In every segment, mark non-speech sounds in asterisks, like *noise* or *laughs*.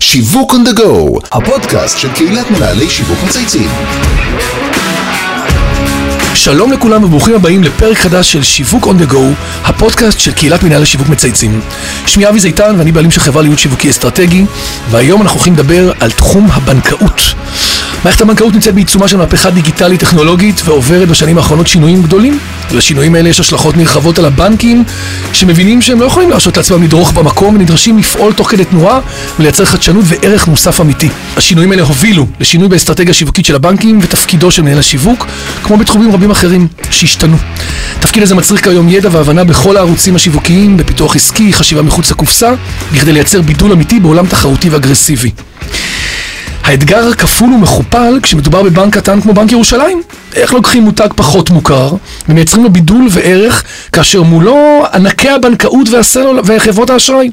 שיווק on the go, הפודקאסט של קהילת מנהלי שיווק מצייצים. שלום לכולם וברוכים הבאים לפרק חדש של שיווק on the go, הפודקאסט של קהילת מנהל השיווק מצייצים. שמי אבי זיתן ואני בעלים של חברה להיות שיווקי אסטרטגי, והיום אנחנו הולכים לדבר על תחום הבנקאות. מערכת הבנקאות נמצאת בעיצומה של מהפכה דיגיטלית טכנולוגית ועוברת בשנים האחרונות שינויים גדולים. לשינויים האלה יש השלכות נרחבות על הבנקים, שמבינים שהם לא יכולים להרשות לעצמם לדרוך במקום ונדרשים לפעול תוך כדי תנועה ולייצר חדשנות וערך מוסף אמיתי. השינויים האלה הובילו לשינוי באסטרטגיה השיווקית של הבנקים ותפקידו של מנהל השיווק, כמו בתחומים רבים אחרים שהשתנו. התפקיד הזה מצריך כיום ידע והבנה בכל הערוצים השיווקיים, בפיתוח עסקי, חשיבה מחוץ לקופסה, בכדי לייצר בידול אמיתי בעולם תחרותי ואגרסיבי. האתגר כפול ומכופל כשמדובר בבנק קטן כמו בנק ירושלים. איך לוקחים מותג פחות מוכר ומייצרים לו בידול וערך כאשר מולו ענקי הבנקאות והסלול וחברות האשראי?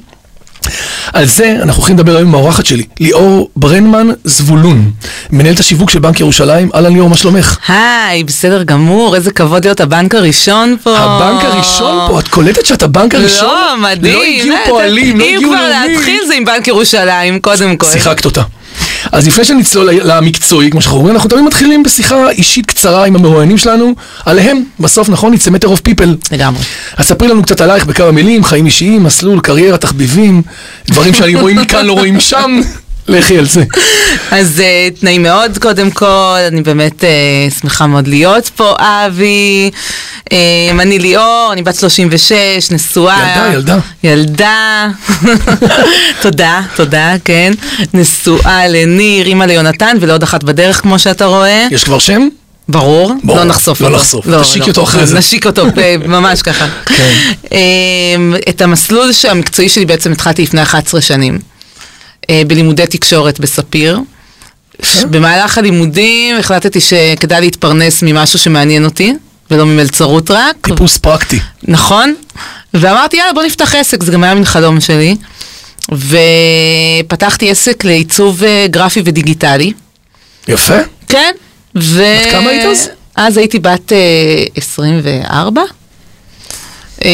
על זה אנחנו הולכים לדבר היום עם האורחת שלי, ליאור ברנמן זבולון, מנהלת השיווק של בנק ירושלים. אהלן ליאור, מה שלומך? היי, בסדר גמור, איזה כבוד להיות הבנק הראשון פה. הבנק הראשון פה, את קולטת שאתה בנק הראשון? אה. לא, מדהים. לא הגיעו אה, פועלים, לא הגיעו אם כבר לאומי. להתחיל זה עם בנק ירושלים, קודם כל. שיחקת אותה. אז לפני שנצלול למקצועי, כמו שאנחנו אומרים, אנחנו תמיד מתחילים בשיחה אישית קצרה עם המרואיינים שלנו, עליהם, בסוף, נכון, it's a matter of people. לגמרי. אז ספרי לנו קצת עלייך בכמה מילים, חיים אישיים, מסלול, קריירה, תחביבים, דברים שאני רואים מכאן לא רואים *laughs* שם, לכי על זה. אז אה, נעים מאוד, קודם כל, אני באמת אה, שמחה מאוד להיות פה, אבי. אה, אני ליאור, אני בת 36, נשואה. ילדה, ילדה. ילדה. *laughs* תודה, תודה, כן. נשואה לניר, אימא ליונתן, ולעוד אחת בדרך, כמו שאתה רואה. יש כבר שם? ברור, ברור, לא נחשוף לא אותו. נחשוף, תשיקי אותו אחרי זה. נשיק אותו, ב- ממש ככה. כן. אמ, את המסלול ש- המקצועי שלי בעצם התחלתי לפני 11 שנים, אה, בלימודי תקשורת בספיר. ש- כן. במהלך הלימודים החלטתי שכדאי להתפרנס ממשהו שמעניין אותי, ולא ממלצרות רק, טיפוס פרקטי. נכון? ואמרתי, יאללה, בוא נפתח עסק, זה גם היה מין חלום שלי. ופתחתי עסק לעיצוב אה, גרפי ודיגיטלי. יפה. כן. ו... בת כמה היית אז? אז הייתי בת אה, 24. אה,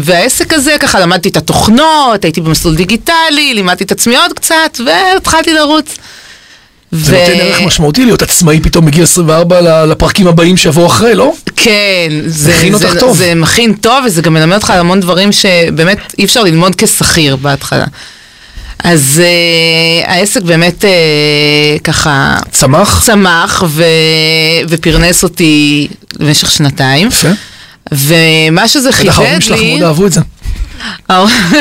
והעסק הזה, ככה למדתי את התוכנות, הייתי במסלול דיגיטלי, לימדתי את עצמי עוד קצת, והתחלתי לרוץ. זה נותן ערך משמעותי להיות עצמאי פתאום מגיל 24 ל- לפרקים הבאים שיבואו אחרי, לא? כן, זה מכין זה- אותך טוב. זה מכין טוב, וזה גם מלמד אותך על המון דברים שבאמת אי אפשר ללמוד כשכיר בהתחלה. אז אה, העסק באמת אה, ככה צמח. צמח ו... ופרנס אותי במשך שנתיים. יפה. ומה שזה בטח חידד ההורים שלך לי, מאוד אהבו את זה.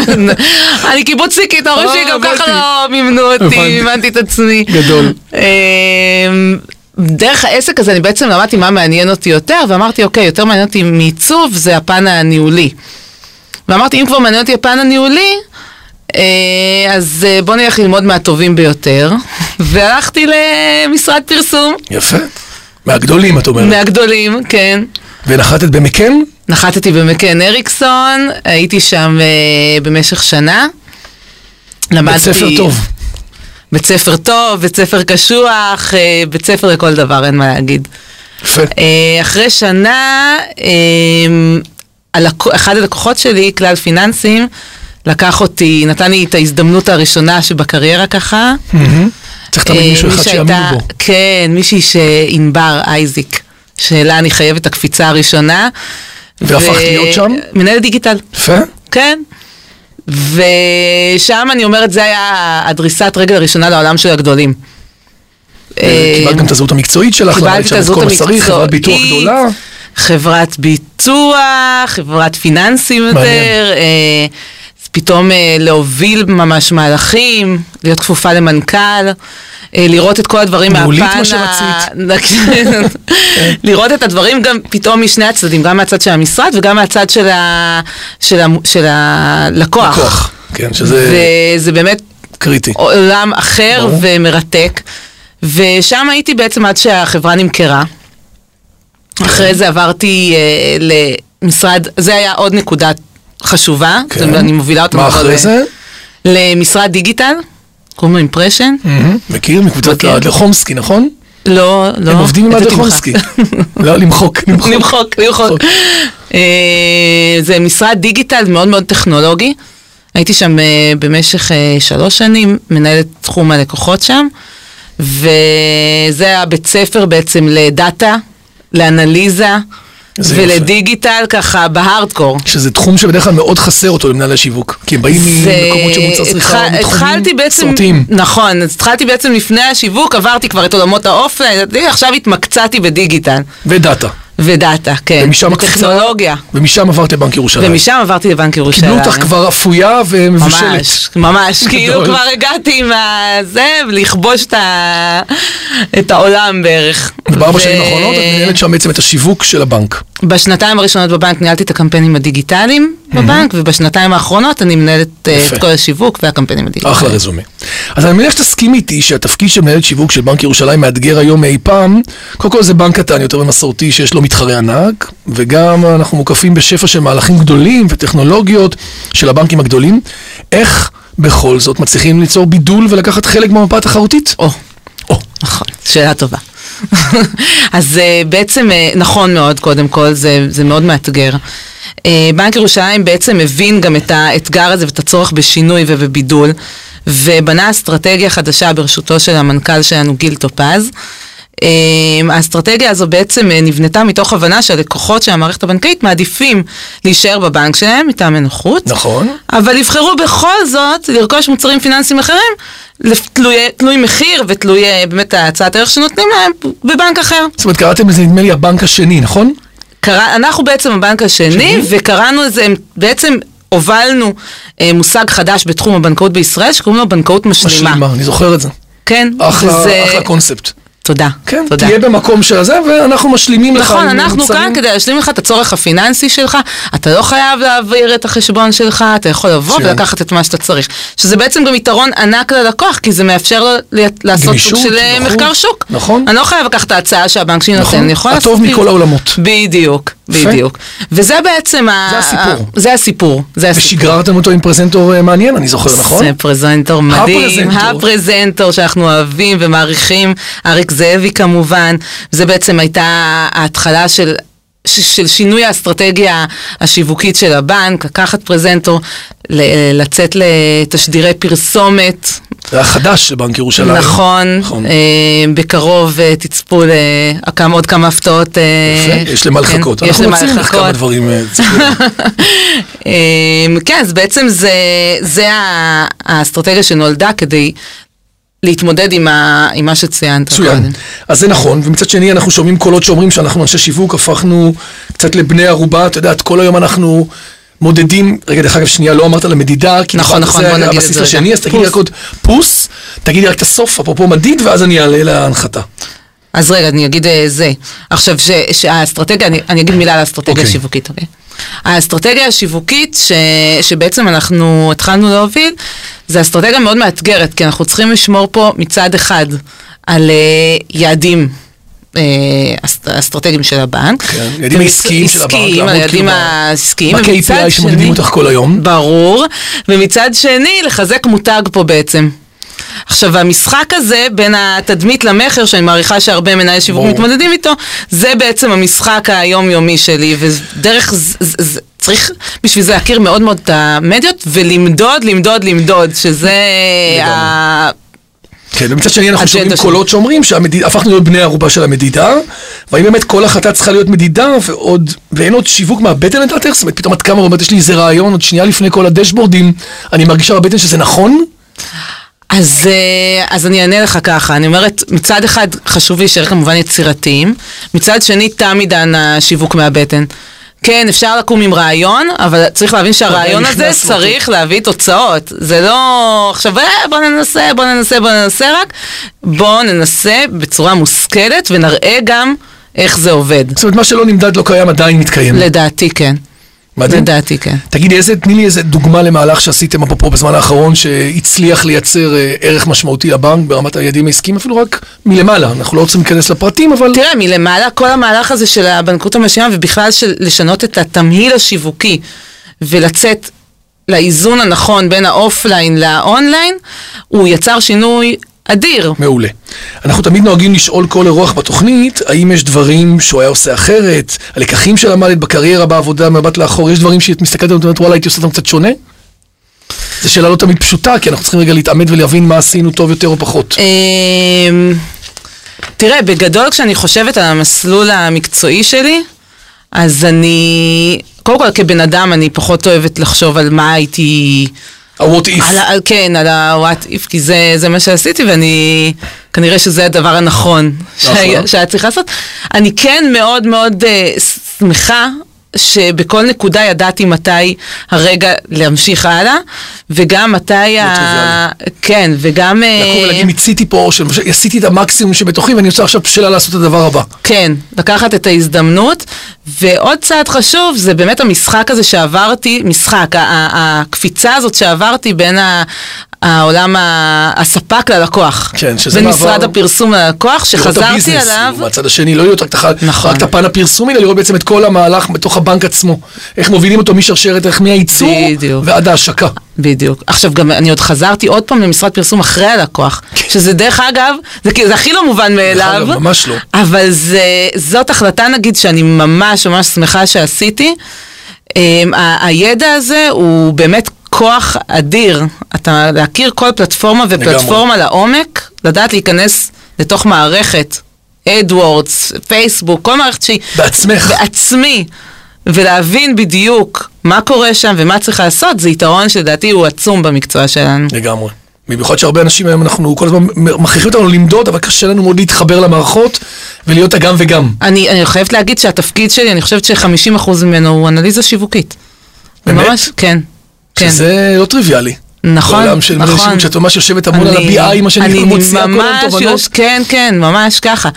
*laughs* אני קיבוצניקית, ההורים אה, שלי גם הבנתי. ככה לא מימנו אותי, הבנתי. מימנתי את עצמי. גדול. אמ, דרך העסק הזה אני בעצם למדתי מה מעניין אותי יותר, ואמרתי, אוקיי, יותר מעניין אותי מעיצוב, זה הפן הניהולי. ואמרתי, אם כבר מעניין אותי הפן הניהולי, אה, אז אה, בוא נלך ללמוד מהטובים ביותר. *laughs* והלכתי למשרד פרסום, יפה. מהגדולים, את אומרת. מהגדולים, כן. ונחתת במקן? נחתתי במקן הריקסון, הייתי שם אה, במשך שנה. למדתי... בית ספר טוב. בית ספר טוב, בית ספר קשוח, אה, בית ספר לכל דבר, אין מה להגיד. יפה. אה, אחרי שנה, אה, הלקו- אחד הלקוחות שלי, כלל פיננסים, לקח אותי, נתן לי את ההזדמנות הראשונה שבקריירה ככה. מהמם. צריך תמיד אה, מישהו מי אחד שהייתה- שיאמינו בו. כן, מישהי שענבר אייזיק, שאלה אני חייבת את הקפיצה הראשונה. והפכת ו- להיות שם? מנהלת דיגיטל, יפה. כן. ושם אני אומרת, זה היה הדריסת רגל הראשונה לעולם של הגדולים. אה, קיבלת גם את הזהות המקצועית שלך, למדת קיבלתי לא, שם את הזהות כל מה שצריך, חברת ביטוח המקצועית, גדולה. חברת ביטוח, חברת פיננסים יותר, מעניין. אה, אז פתאום אה, להוביל ממש מהלכים, להיות כפופה למנכ"ל, אה, לראות את כל הדברים ניהולית, מהפן מה שרצית. *laughs* לראות את הדברים גם פתאום משני הצדדים, גם מהצד של המשרד וגם מהצד של, ה... של, ה... של הלקוח. כוח. כן, שזה וזה באמת קריטי. עולם אחר ברור. ומרתק. ושם הייתי בעצם עד שהחברה נמכרה. אחרי זה עברתי אה, למשרד, זה היה עוד נקודה חשובה, כן. אוקיי. אני מובילה אותם אה, מה כבר אחרי ל- זה? למשרד דיגיטל, קוראים לו אימפרשן. מהמם. מכיר? מקבוצת מכיר. לחומסקי, נכון? לא, לא. הם עובדים עם הבאתי ממך. אדרחומסקי. לא, *laughs* למחוק, למחוק. למחוק, למחוק. אה, זה משרד דיגיטל מאוד מאוד טכנולוגי. הייתי שם אה, במשך אה, שלוש שנים, מנהלת תחום הלקוחות שם, וזה הבית ספר בעצם לדאטה, לאנליזה זה יופי. ולדיגיטל, ככה בהארדקור. שזה תחום שבדרך כלל מאוד חסר אותו למנהלי השיווק, כי הם באים זה- ממקומות של מוצר צריכה, התח- התחלתי מתחומים בעצם, מסורתיים. נכון, אז התחלתי בעצם לפני השיווק, עברתי כבר את עולמות האופן, עכשיו התמקצעתי בדיגיטל ודאטה. ודאטה, כן, ומשם הקפיצה- וטכנולוגיה, ומשם עברת לבנק ירושלים. ומשם עברתי לבנק ירושלים. קיבלו אותך כבר אפויה ומבושלת. ממש, ממש, *laughs* כאילו גדול. כבר הגעתי עם הזה, לכבוש את ה- את העולם בערך. ובארבע ו- שנים האחרונות את מנהלת שם בעצם את השיווק של הבנק. בשנתיים הראשונות בבנק ניהלתי את הקמפיינים הדיגיטליים בבנק, ובשנתיים האחרונות אני מנהלת אה, יפה. את כל השיווק והקמפיינים הדיגיטליים. אחלה רזומה. אז אני מניח שתסכים איתי שהתפקיד של מנהלת שיווק של בנק ירושלים מאתגר היום מאי פעם. קודם כל זה בנק קטן יותר ומסורתי שיש לו מתחרה ענק, וגם אנחנו מוקפים בשפע של מהלכים גדולים וטכנולוגיות של הבנקים הגדולים. איך בכל זאת מצליחים ליצור בידול ולקחת חלק במפה התחרותית? או, או, נכון, שאלה טובה. *laughs* אז אה, בעצם, אה, נכון מאוד, קודם כל, זה, זה מאוד מאתגר. אה, בנק ירושלים בעצם הבין גם את האתגר הזה ואת הצורך בשינוי ובבידול, ובנה אסטרטגיה חדשה ברשותו של המנכ"ל שלנו, גיל טופז. אה, האסטרטגיה הזו בעצם אה, נבנתה מתוך הבנה שהלקוחות של המערכת הבנקאית מעדיפים להישאר בבנק שלהם מטעמי נוחות. נכון. אבל יבחרו בכל זאת לרכוש מוצרים פיננסיים אחרים, לפ- תלוי, תלוי מחיר ותלוי אה, באמת הצעת הערך שנותנים להם בבנק אחר. זאת אומרת, קראתם לזה נדמה לי הבנק השני, נכון? קרא, אנחנו בעצם הבנק השני, וקראנו לזה, בעצם הובלנו אה, מושג חדש בתחום הבנקאות בישראל, שקוראים לו בנקאות משלימה. השלימה, אני זוכר את זה. כן, אחלה, אחלה קונספט. תודה. כן, תודה. תהיה במקום של הזה, ואנחנו משלימים לך. נכון, עם אנחנו מוצרים. כאן כדי להשלים לך את הצורך הפיננסי שלך, אתה לא חייב להעביר את החשבון שלך, אתה יכול לבוא מצוין. ולקחת את מה שאתה צריך. שזה בעצם גם יתרון ענק ללקוח, כי זה מאפשר לו ל- לעשות סוג גמישות, של אה, נכון, מחקר שוק. נכון. אני לא חייב לקחת את ההצעה שהבנק שלי נכון, נותן, אני יכול הטוב לעשות- מכל העולמות. בדיוק, בדיוק. וזה בעצם ה... זה הסיפור. ה- זה הסיפור. זה הסיפור. ושגררתם אותו עם פרזנטור אה, מעניין, אני זוכר, נכון? זה פרזנטור מדהים, הפרזנטור. הפרזנטור שאנחנו אוהבים ומעריכים, אריק זאבי כמובן, זה בעצם הייתה ההתחלה של... ש- של שינוי האסטרטגיה השיווקית של הבנק, לקחת פרזנטור, ל- לצאת לתשדירי פרסומת, זה היה חדש לבנק ירושלים. נכון, נכון. אה, בקרוב אה, תצפו לכמה- עוד כמה הפתעות. אה, יפה, יש למה כן, לחכות. יש אנחנו למה מציעים לך כמה לחכות. דברים. *laughs* אה, צריך לראות. אמ, כן, אז בעצם זה, זה ה- האסטרטגיה שנולדה כדי להתמודד עם, ה, עם מה שציינת מצוין. קודם. אז זה נכון, ומצד שני אנחנו שומעים קולות שאומרים שאנחנו אנשי שיווק, הפכנו קצת לבני ערובה, את יודעת, כל היום אנחנו מודדים, רגע, דרך אגב, שנייה, לא אמרת על המדידה, כי נכון, בכלל נכון, זה בוא נגיד את הבסיס זה רגע. השני, אז תגידי פוס. רק עוד פוס, תגידי רק את הסוף, אפרופו מדיד, ואז אני אעלה להנחתה. אז רגע, אני אגיד אה, זה. עכשיו, ש, שהאסטרטגיה, אני, אני אגיד מילה על האסטרטגיה אוקיי. השיווקית, אוקיי? האסטרטגיה השיווקית ש, שבעצם אנחנו התחלנו להוביל, זו אסטרטגיה מאוד מאתגרת, כי אנחנו צריכים לשמור פה מצד אחד על אה, יעדים. אה, אס- אסטרטגיים של הבנק. כן, יעדים ומצ- העסקיים של הבנק, עסקיים, לעמוד היעדים כאילו ב- העסקיים. ומצד ב-KPI שמודדים שני- אותך כל היום. ברור, ומצד שני לחזק מותג פה בעצם. עכשיו המשחק הזה בין התדמית למכר שאני מעריכה שהרבה מנהלי שיווק ברור. מתמודדים איתו, זה בעצם המשחק היומיומי שלי ודרך ז- ז- ז- צריך בשביל זה להכיר מאוד מאוד את המדיות ולמדוד, למדוד, למדוד, שזה ה... כן, ומצד שני אנחנו אג'נדה שומעים שלי. קולות שאומרים שהפכנו להיות בני ערובה של המדידה, והאם באמת כל החלטה צריכה להיות מדידה ועוד, ואין עוד שיווק מהבטן לדעתך? זאת אומרת, פתאום את קמה ואומרת, יש לי איזה רעיון עוד שנייה לפני כל הדשבורדים, אני מרגישה בבטן שזה נכון? אז, אה, אז אני אענה לך ככה, אני אומרת, מצד אחד חשוב להישאר כמובן יצירתיים, מצד שני תם עידן השיווק מהבטן. כן, אפשר לקום עם רעיון, אבל צריך להבין שהרעיון הזה נכנסנו אותו. צריך להביא תוצאות. זה לא עכשיו, "אה, בוא ננסה, בוא ננסה, בוא ננסה רק. בוא ננסה בצורה מושכלת ונראה גם איך זה עובד. זאת אומרת, מה שלא נמדד לא קיים עדיין מתקיים. לדעתי כן, מדהים. לדעתי כן. תגידי, איזה, תני לי איזה דוגמה למהלך שעשיתם אפרופו בזמן האחרון שהצליח לייצר אה, ערך משמעותי לבנק ברמת היעדים העסקיים, אפילו רק מלמעלה, אנחנו לא רוצים להיכנס לפרטים, אבל... תראה, מלמעלה, כל המהלך הזה של הבנקאות המשלימה, ובכלל של לשנות את התמהיל השיווקי, ולצאת לאיזון הנכון בין האופליין לאונליין, הוא יצר שינוי אדיר. מעולה. אנחנו תמיד נוהגים לשאול כל אירוח בתוכנית, האם יש דברים שהוא היה עושה אחרת, הלקחים שלמדת בקריירה, בעבודה, מבט לאחור, יש דברים שאת מסתכלת עליהם ואומרת, וואלה, הייתי עושה אותם קצת שונה? זו שאלה לא תמיד פשוטה, כי אנחנו צריכים רגע להתעמת ולהבין מה עשינו טוב יותר או פחות. אמ, תראה, בגדול כשאני חושבת על המסלול המקצועי שלי, אז אני, קודם כל כבן אדם אני פחות אוהבת לחשוב על מה הייתי, ה-what if. על, ה- על, כן, על ה-what if, כי זה, זה מה שעשיתי ואני, כנראה שזה הדבר הנכון שהיה, נכון. שהיה צריך לעשות. אני כן מאוד מאוד uh, שמחה. שבכל נקודה ידעתי מתי הרגע להמשיך הלאה, וגם מתי ה... כן, וגם... אה, לקום ולהגיד, מיציתי פה, ש- עשיתי את המקסימום שבתוכי, ואני רוצה עכשיו בשאלה לעשות את הדבר הבא. כן, לקחת את ההזדמנות. ועוד צעד חשוב זה באמת המשחק הזה שעברתי, משחק, ה- ה- הקפיצה הזאת שעברתי בין ה... העולם, ה- הספק ללקוח. כן, שזה בין בעבר- משרד הפרסום ללקוח, לראות את שחזרתי הביזנס, עליו. כאילו, מהצד השני, לא להיות רק את הח- נכון. רק את הפן הפרסומי, אלא לראות בעצם את כל המהלך בתוך הבנק עצמו. איך מובילים אותו משרשרת, איך מהייצור בדיוק. ועד ההשקה. בדיוק. עכשיו גם אני עוד חזרתי עוד פעם למשרד פרסום אחרי הלקוח, שזה דרך אגב, זה, כאילו- זה הכי לא מובן מאליו. כן. אגב, ממש לא. אבל זה, זאת החלטה נגיד שאני ממש ממש שמחה שעשיתי. אמ, ה- הידע הזה הוא באמת כוח אדיר. אתה להכיר כל פלטפורמה ופלטפורמה לעומק, לדעת להיכנס לתוך מערכת, אדוורדס, פייסבוק, כל מערכת שהיא בעצמך. בעצמי, ולהבין בדיוק מה קורה שם ומה צריך לעשות, זה יתרון שלדעתי הוא עצום במקצוע שלנו. לגמרי. במיוחד שהרבה אנשים היום אנחנו כל הזמן מ- מכריחים אותנו למדוד, אבל קשה לנו מאוד להתחבר למערכות ולהיות הגם וגם. אני, אני חייבת להגיד שהתפקיד שלי, אני חושבת ש-50% ממנו הוא אנליזה שיווקית. באמת? ממש, כן. כן. שזה לא טריוויאלי. נכון, בעולם של נכון. אנשים שאת ממש יושבת המון על אני- ה-BI, מה אני שאני מוציאה כל ממש היום תובנות. יוש- כן, כן, ממש ככה.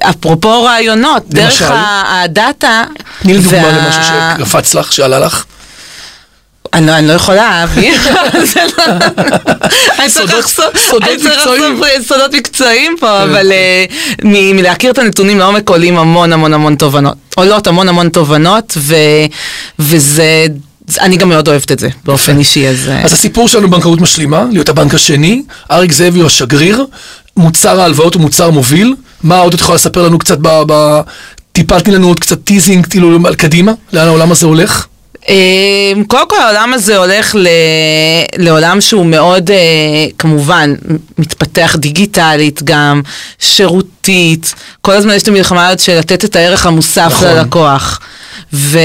אפרופו רעיונות, דרך למשל? ה- הדאטה... תני לי דוגמה וה- למשהו שקפץ לך, שעלה לך. אני לא, אני לא יכולה, אבי. *laughs* זה לא- אני צריך סודות- לחשוף סודות אני צריך לחשוף אה, מקצועיים. כן, אוקיי. סודות מקצועיים פה, אבל אה, מ- מלהכיר את הנתונים לעומק עולים המון המון המון תובנות. עולות המון המון תובנות, ו- וזה... אני גם מאוד אוהבת את זה, באופן אישי, אז... אה, אז הסיפור שלנו בבנקאות משלימה, להיות הבנק השני, אריק זאבי הוא השגריר, מוצר ההלוואות הוא מוצר מוביל, מה עוד את יכולה לספר לנו קצת ב... ב... טיפה תני לנו עוד קצת טיזינג, כאילו, על קדימה, לאן העולם הזה הולך? אמ, קודם כל העולם הזה הולך ל... לעולם שהוא מאוד אה, כמובן מתפתח דיגיטלית גם, שירותית, כל הזמן יש את המלחמה הזאת של לתת את הערך המוסף נכון. נכון. ללקוח. ו...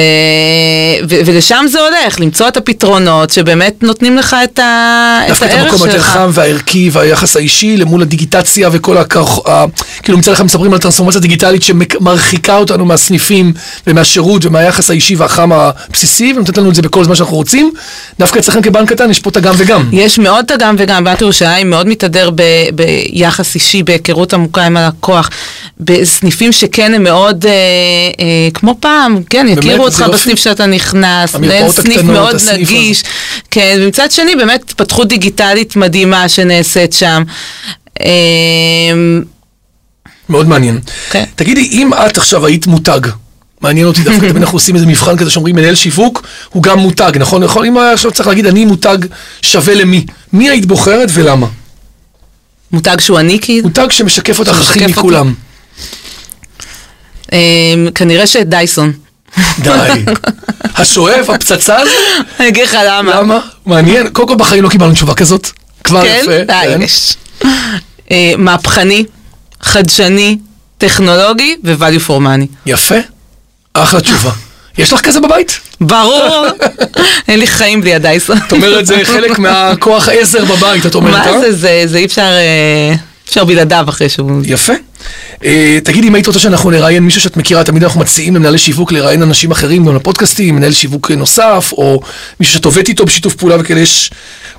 ו... ולשם זה הולך, למצוא את הפתרונות שבאמת נותנים לך את, ה... את דווקא את הערך המקום היותר שלך. חם והערכי והיחס האישי למול הדיגיטציה וכל הכרח... ה- כאילו מצד אחד מספרים על טרנספורמציה דיגיטלית שמרחיקה אותנו מהסניפים ומהשירות ומהיחס האישי והחם הבסיסי ונותנת לנו את זה בכל זמן שאנחנו רוצים. דווקא אצלכם כבנק קטן יש פה את הגם וגם. יש מאוד את הגם וגם, בנק ירושלים מאוד מתהדר ב- ביחס אישי, בהיכרות עמוקה עם הלקוח, בסניפים שכן הם מאוד, אה, אה, כמו פעם, כן, יכירו זה אותך יופי. בסניף שאתה נכנס, המרפאות מנהל סניף הקטנות, מאוד הסניף נגיש, כן, ומצד שני באמת התפתחות דיגיטלית מדהימה שנעשית שם. אה, מאוד מעניין. כן. תגידי, אם את עכשיו היית מותג, מעניין אותי *laughs* דווקא, תמיד אנחנו עושים איזה מבחן כזה שאומרים מנהל שיווק, הוא גם מותג, נכון? נכון? אם היה עכשיו צריך להגיד אני מותג שווה למי, מי היית בוחרת ולמה? מותג שהוא אני כאילו, מותג שמשקף אותך הכי שמשקף אותי. מכולם. אה, כנראה שדייסון. *laughs* די. השואף, הפצצה הזו? אני אגיד לך למה. למה? מעניין. קודם כל בחיים לא קיבלנו תשובה כזאת. כבר כן? יפה. כן. אה, יש. אה, מהפכני, חדשני, טכנולוגי ו-value for money. יפה. אחלה תשובה. יש לך כזה בבית? *laughs* ברור, אין לי חיים בלי הדייסון. את אומרת זה חלק מהכוח עזר בבית, את אומרת, אה? מה זה, זה, זה אי אפשר, אה, אפשר בלעדיו אחרי שהוא... יפה. אה, תגידי, אם היית רוצה שאנחנו נראיין מישהו שאת מכירה, תמיד אנחנו מציעים למנהלי שיווק לראיין אנשים אחרים, גם לפודקאסטים, מנהל שיווק נוסף, או מישהו שאת עובדת איתו בשיתוף פעולה וכאלה יש,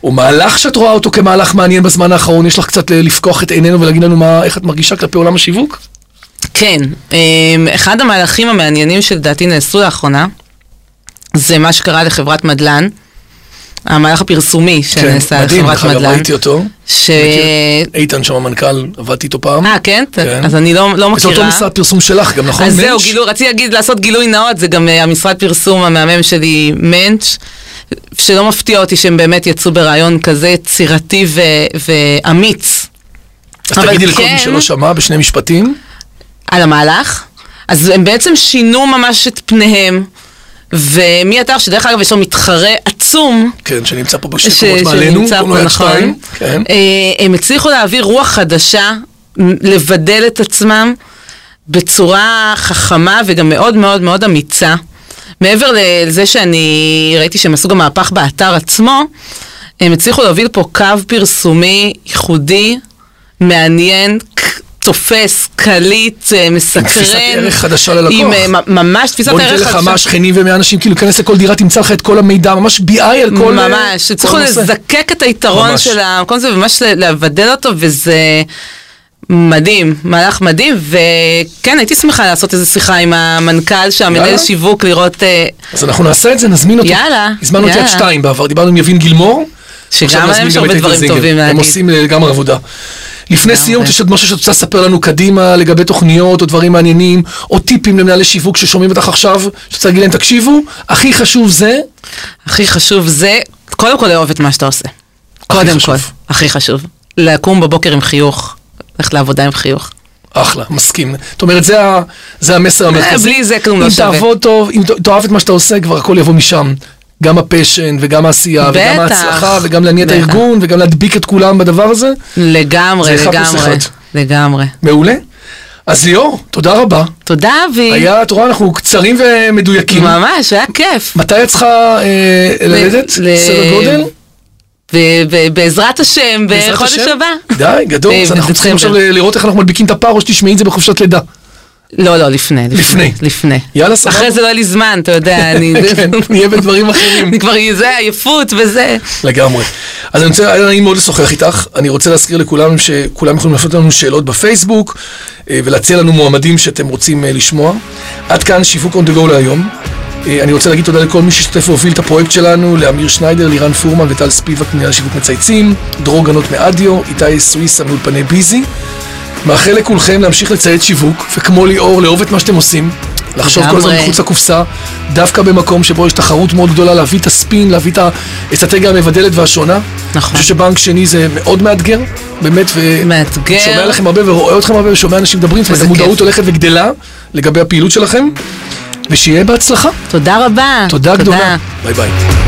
או מהלך שאת רואה אותו כמהלך מעניין בזמן האחרון, יש לך קצת ל- לפקוח את עינינו ולהגיד לנו מה, איך את מרגישה כלפי עולם השיווק? כן, אמ, אחד המהלכים המעניינים שלדעתי נעשו לאחרונה, זה מה שקרה לחברת מדלן, המהלך הפרסומי שנעשה כן, מדהים, לחברת דרך אגב, מדלן. ראיתי אותו. ש... איתן שם המנכ"ל, עבדתי איתו פעם. אה, כן? כן. אז אני לא, לא זה מכירה. אותו משרד פרסום שלך גם, נכון? אז זהו, מענטש? גילו, רציתי להגיד, לעשות גילוי נאות, זה גם אה, המשרד פרסום המהמם שלי, מענץ', שלא מפתיע אותי שהם באמת יצאו ברעיון כזה יצירתי ו- ואמיץ אז אבל תגידי לכל מי כן. שלא שמע בשני משפטים. על המהלך. אז הם בעצם שינו ממש את פניהם, ומי אתר שדרך אגב יש לו מתחרה עצום. עצום. כן, שנמצא פה ש- בשקומות מעלינו, שנמצא קוראים לו פה, יד נכון. שתיים, כן. אה, הם הצליחו להעביר רוח חדשה, מ- לבדל את עצמם בצורה חכמה וגם מאוד מאוד מאוד אמיצה. מעבר לזה שאני ראיתי שהם עשו גם מהפך באתר עצמו, הם הצליחו להוביל פה קו פרסומי ייחודי, מעניין, ק- תופס, קליט, אה, מסקרן. תפיסת ערך חדשה ללקוח. עם, אה, מ- ממש תפיסת ערך בוא חדשה. ניתן לך מהשכנים ומהאנשים, כאילו, כנס לכל דירה, תמצא לך את כל המידע, ממש ביאי על כל... ממש, כל הצליחו נושא. לזקק את היתרון ממש. של המקום הזה וממש ל- לבדל אותו, וזה מדהים, מהלך מדהים, וכן, הייתי שמחה לעשות איזו שיחה עם המנכ"ל שם, מנהל יאללה. שיווק, לראות אה, אז אנחנו נעשה את זה, נזמין אותו. יאללה, הזמנו אותי עד יאללה. שתיים בעבר, דיברנו עם יבין גילמור. שגם עכשיו להם נזמין יש גם את הרבה איתן דברים זינגר. טובים הם להגיד. עושים לגמרי עבודה. לפני סיום, לגמרי. יש עוד משהו שאת רוצה לספר לנו קדימה לגבי תוכניות או דברים מעניינים, או טיפים למנהלי שיווק ששומעים אותך עכשיו, שאת רוצה להגיד להם, תקשיבו, הכי חשוב זה, הכי חשוב זה, קודם כל לאהוב את מה שאתה עושה. קודם כל, חשוב. הכי חשוב. לקום בבוקר עם חיוך, ללכת לעבודה עם חיוך. אחלה, מסכים. זאת אומרת, זה, ה- זה המסר המרכזי. אה, בלי זה כלום לא שווה. אם תעבוד טוב, אם ת- תאהב את מה שאתה עושה, כבר הכל יבוא משם. גם הפשן, וגם העשייה, וגם בטח. ההצלחה, וגם להניע את בטח. הארגון, וגם להדביק את כולם בדבר הזה. לגמרי, זה אחד פלוס לגמרי, אחד. לגמרי. מעולה. אז ליאור, תודה רבה. תודה אבי, היה, את רואה, אנחנו קצרים ומדויקים. ממש, היה כיף. מתי את צריכה אה, ללדת? ל- סדר גודל? ב- ב- בעזרת השם, בעזרת בחודש השם? הבא. די, גדול. אז ב- אנחנו צריכים עכשיו בדצמבר. ל- לראות איך אנחנו מדביקים את הפער, או שתשמעי את זה בחופשת לידה. לא, לא, לפני. לפני. לפני. יאללה, סבבה. אחרי זה לא היה לי זמן, אתה יודע, אני... *laughs* כן, נהיה בדברים אחרים. *laughs* אני כבר, זה, עייפות וזה. לגמרי. אז אני רוצה, היה נעים מאוד לשוחח איתך. אני רוצה להזכיר לכולם שכולם יכולים להפנות לנו שאלות בפייסבוק אה, ולהציע לנו מועמדים שאתם רוצים אה, לשמוע. עד כאן שיווק on the go להיום. אה, אני רוצה להגיד תודה לכל מי שהשתתף והוביל את הפרויקט שלנו, לאמיר שניידר, לירן פורמן וטל ספיבק מנהל שיווק מצייצים, דרור גנות מאדיו, איתי סוויסה מאולפני ביזי. מאחל לכולכם להמשיך לציית שיווק, וכמו ליאור, לאהוב את מה שאתם עושים, לחשוב כל הזמן לגמרי. מחוץ לקופסה, דווקא במקום שבו יש תחרות מאוד גדולה להביא את הספין, להביא את האסטרטגיה המבדלת והשונה. נכון. אני חושב שבנק שני זה מאוד מאתגר, באמת, ו... מאתגר. שומע לכם הרבה ורואה אתכם הרבה ושומע אנשים מדברים, זאת אומרת, וזה המודעות כיף. הולכת וגדלה לגבי הפעילות שלכם, ושיהיה בהצלחה. תודה רבה. תודה גדולה. ביי ביי.